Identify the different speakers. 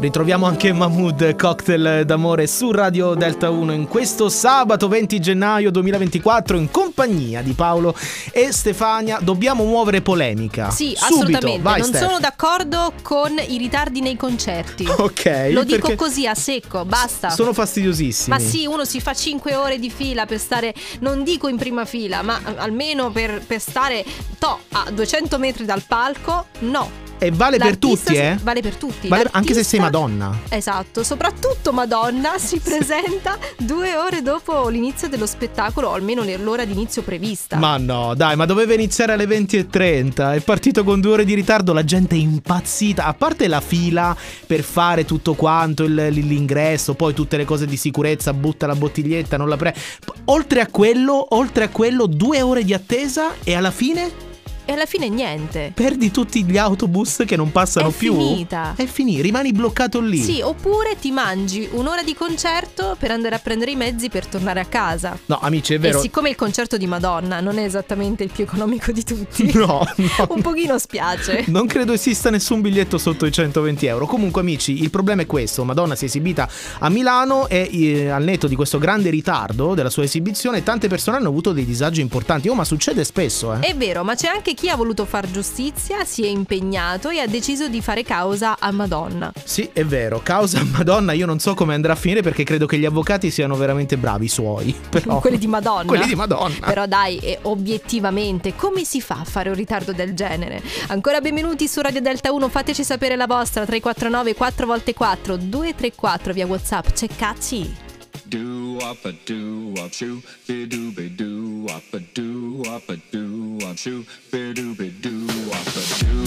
Speaker 1: Ritroviamo anche Mahmood Cocktail d'amore su Radio Delta 1 in questo sabato 20 gennaio 2024 in compagnia di Paolo e Stefania. Dobbiamo muovere polemica.
Speaker 2: Sì,
Speaker 1: Ah, Subito.
Speaker 2: assolutamente.
Speaker 1: Vai,
Speaker 2: non
Speaker 1: Steph.
Speaker 2: sono d'accordo con i ritardi nei concerti.
Speaker 1: Ok.
Speaker 2: Lo dico
Speaker 1: perché
Speaker 2: così a secco, basta.
Speaker 1: Sono fastidiosissimi.
Speaker 2: ma sì, uno si fa 5 ore di fila per stare, non dico in prima fila, ma eh, almeno per, per stare to, a 200 metri dal palco, no.
Speaker 1: E vale per
Speaker 2: L'artista
Speaker 1: tutti,
Speaker 2: si-
Speaker 1: eh?
Speaker 2: Vale per tutti.
Speaker 1: Vale- anche se sei
Speaker 2: L'artista-
Speaker 1: Madonna.
Speaker 2: Esatto, soprattutto Madonna si presenta due ore dopo l'inizio dello spettacolo, o almeno le- l'ora di inizio prevista.
Speaker 1: Ma no, dai, ma doveva iniziare alle 20.30. È partito con due ore di ritardo, la gente è impazzita. A parte la fila per fare tutto quanto, il- l- l'ingresso, poi tutte le cose di sicurezza, butta la bottiglietta, non la pre. P- Oltre a quello, oltre a quello, due ore di attesa e alla fine
Speaker 2: E alla fine niente.
Speaker 1: perdi tutti gli autobus che non passano
Speaker 2: È
Speaker 1: più.
Speaker 2: finita.
Speaker 1: È finita, rimani bloccato lì.
Speaker 2: Sì, oppure ti mangi un'ora di concerto per andare a prendere i mezzi per tornare a casa.
Speaker 1: No, amici, è vero.
Speaker 2: E siccome il concerto di Madonna non è esattamente il più economico di tutti,
Speaker 1: No, no.
Speaker 2: un pochino spiace.
Speaker 1: Non credo esista nessun biglietto sotto i 120 euro. Comunque, amici, il problema è questo: Madonna si è esibita a Milano e eh, al netto di questo grande ritardo della sua esibizione, tante persone hanno avuto dei disagi importanti. Oh, ma succede spesso, eh?
Speaker 2: È vero, ma c'è anche chi ha voluto far giustizia, si è impegnato e ha deciso di fare causa a Madonna.
Speaker 1: Sì, è vero. Causa Madonna, io non so come andrà a finire perché credo che gli avvocati siano veramente bravi i suoi. Però...
Speaker 2: Quelli di Madonna.
Speaker 1: Oh. Quelli di Madonna.
Speaker 2: Però dai, eh, obiettivamente, come si fa a fare un ritardo del genere? Ancora benvenuti su Radio Delta 1, fateci sapere la vostra 349 4x4 234 via WhatsApp. C'è cazzi.
Speaker 3: Do up a do up shoo be do be do up a do up a do up shoo be do be do up a do